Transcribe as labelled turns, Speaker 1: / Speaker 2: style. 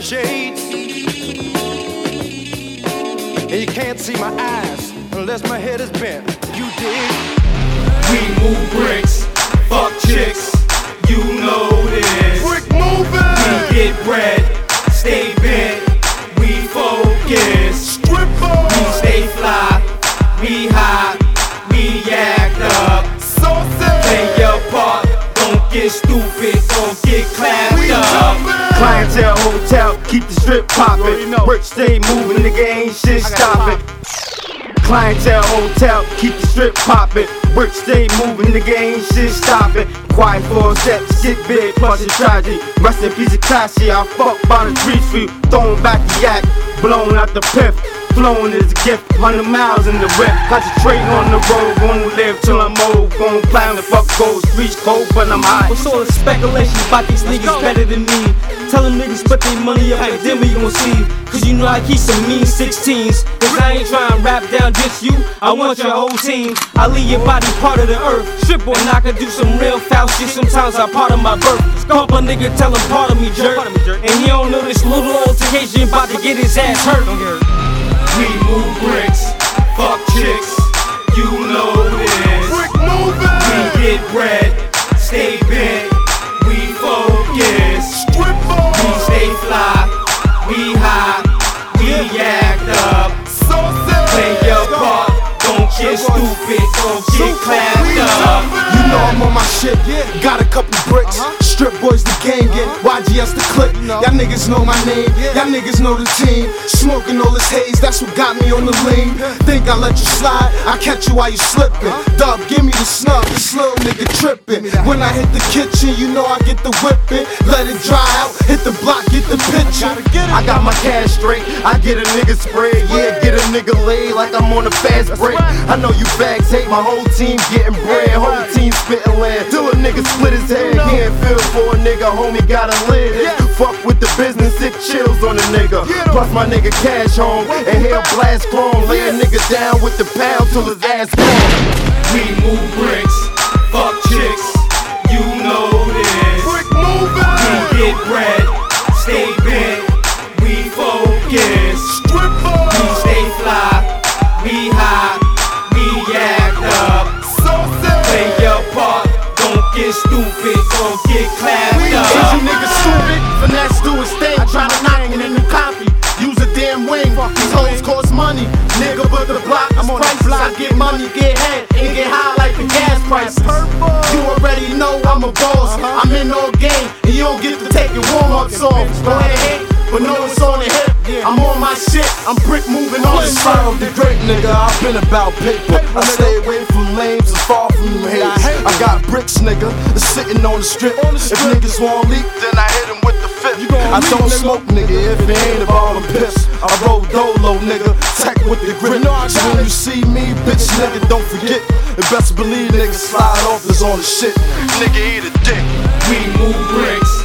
Speaker 1: shade. And you can't see my eyes unless my head is bent. You dig?
Speaker 2: We move bricks, fuck chicks, you know this.
Speaker 1: Brick moving!
Speaker 2: We get bread, stay bent, we focus.
Speaker 1: Stripper!
Speaker 2: We stay fly, we high, we act up. Play
Speaker 1: Sausage!
Speaker 2: your part, don't get stupid, don't get
Speaker 1: We
Speaker 2: clapped up.
Speaker 1: jumping!
Speaker 3: Clientele, hotel, keep the strip
Speaker 1: already
Speaker 3: poppin'.
Speaker 1: know.
Speaker 3: Brick stay moving, nigga, ain't shit
Speaker 1: I got
Speaker 3: stoppin'. Clientele, hotel, keep the strip poppin'. Brick stay moving, nigga, ain't shit stoppin'. Quiet for a set, shit big, plus a tragedy. Rest in peace, Takashi, I fuck by the tree tree. Throwing back the yak, blown out the piff. Flowing is a gift, 100 miles in the rip. Concentrate on the road, gonna live till I'm old. Gonna climb the fuck goes, reach cold, but I'm high.
Speaker 4: What's all the speculation about these niggas better than me? Tell them niggas put their money up like then we gon' see. Cause you know I keep some mean 16s. Cause I ain't tryna rap down just you, I want your whole team. I leave your body part of the earth. Strip and I can do some real foul shit. Sometimes I part of my birth. Call a nigga, tell him part of me jerk. And he don't know this little altercation about to get his ass hurt.
Speaker 2: We move bricks, fuck chicks, you know this.
Speaker 1: Brick moving!
Speaker 2: We get bread, stay bent, we focus. We
Speaker 1: Stripper!
Speaker 2: stay fly, we high, we act up.
Speaker 1: Sausage!
Speaker 2: Play your part, don't get stupid, don't get
Speaker 1: We
Speaker 2: clapped up. Uh-huh.
Speaker 1: jumping!
Speaker 3: You know I'm on my shit, got a couple bricks. Strip boys the gang, get YGS the click. Y'all niggas know my name, y'all niggas know the team. Smoking all this haze, that's what got me on the lean. Think I let you slide, I catch you while you slipping.
Speaker 2: Uh-huh.
Speaker 3: Dub, give me the snub, this little nigga tripping. When I hit the kitchen, you know I get the whipping. Let it dry out, hit the block, get the picture. I got my cash straight, I get a nigga spread. Yeah, get a nigga laid like I'm on a fast break. I know you fags hate my whole team getting bread, whole team spitting lead. Till a nigga split his head, he ain't feel for a nigga, homie gotta live. Fuck with the business, it chills on a nigga. Plus my nigga cash home, and he'll blast chrome. Lay a nigga down with the pound till his ass gone.
Speaker 2: We move bricks, fuck chicks, you know this.
Speaker 1: Brick moving!
Speaker 2: We get bread, stay bent, we focus. We
Speaker 1: Stripper!
Speaker 2: stay fly, we high, we act up. Play
Speaker 1: Sausage!
Speaker 2: your part, don't get stupid, don't get clapped
Speaker 3: Is you
Speaker 2: up.
Speaker 3: niggas stupid? Finesse do his thing, try to knock and then you copy. Use a damn wing, these hoes cost money. Nigga, but the block is priceless. I get money, get head, and get high like the gas prices. You already know I'm a boss. I'm in all game, and you don't get to take your warm up songs. Go ahead, hate, but know it's on the hip. I'm on my shit, I'm brick moving on the shit.
Speaker 5: I'm the great nigga, I've been about paper. I stay away from lames and far from them haters. I got bricks, nigga, it's sitting on the strip. If niggas won't leak, then I hit 'em with the fifth. I don't smoke, nigga, if it ain't about them pips. I roll dolo, nigga, tech with the grip. So when you see me, bitch, nigga, don't forget. And best believe, nigga, slide off is on the shit. Nigga, eat a dick.
Speaker 2: We move bricks,
Speaker 3: oh, E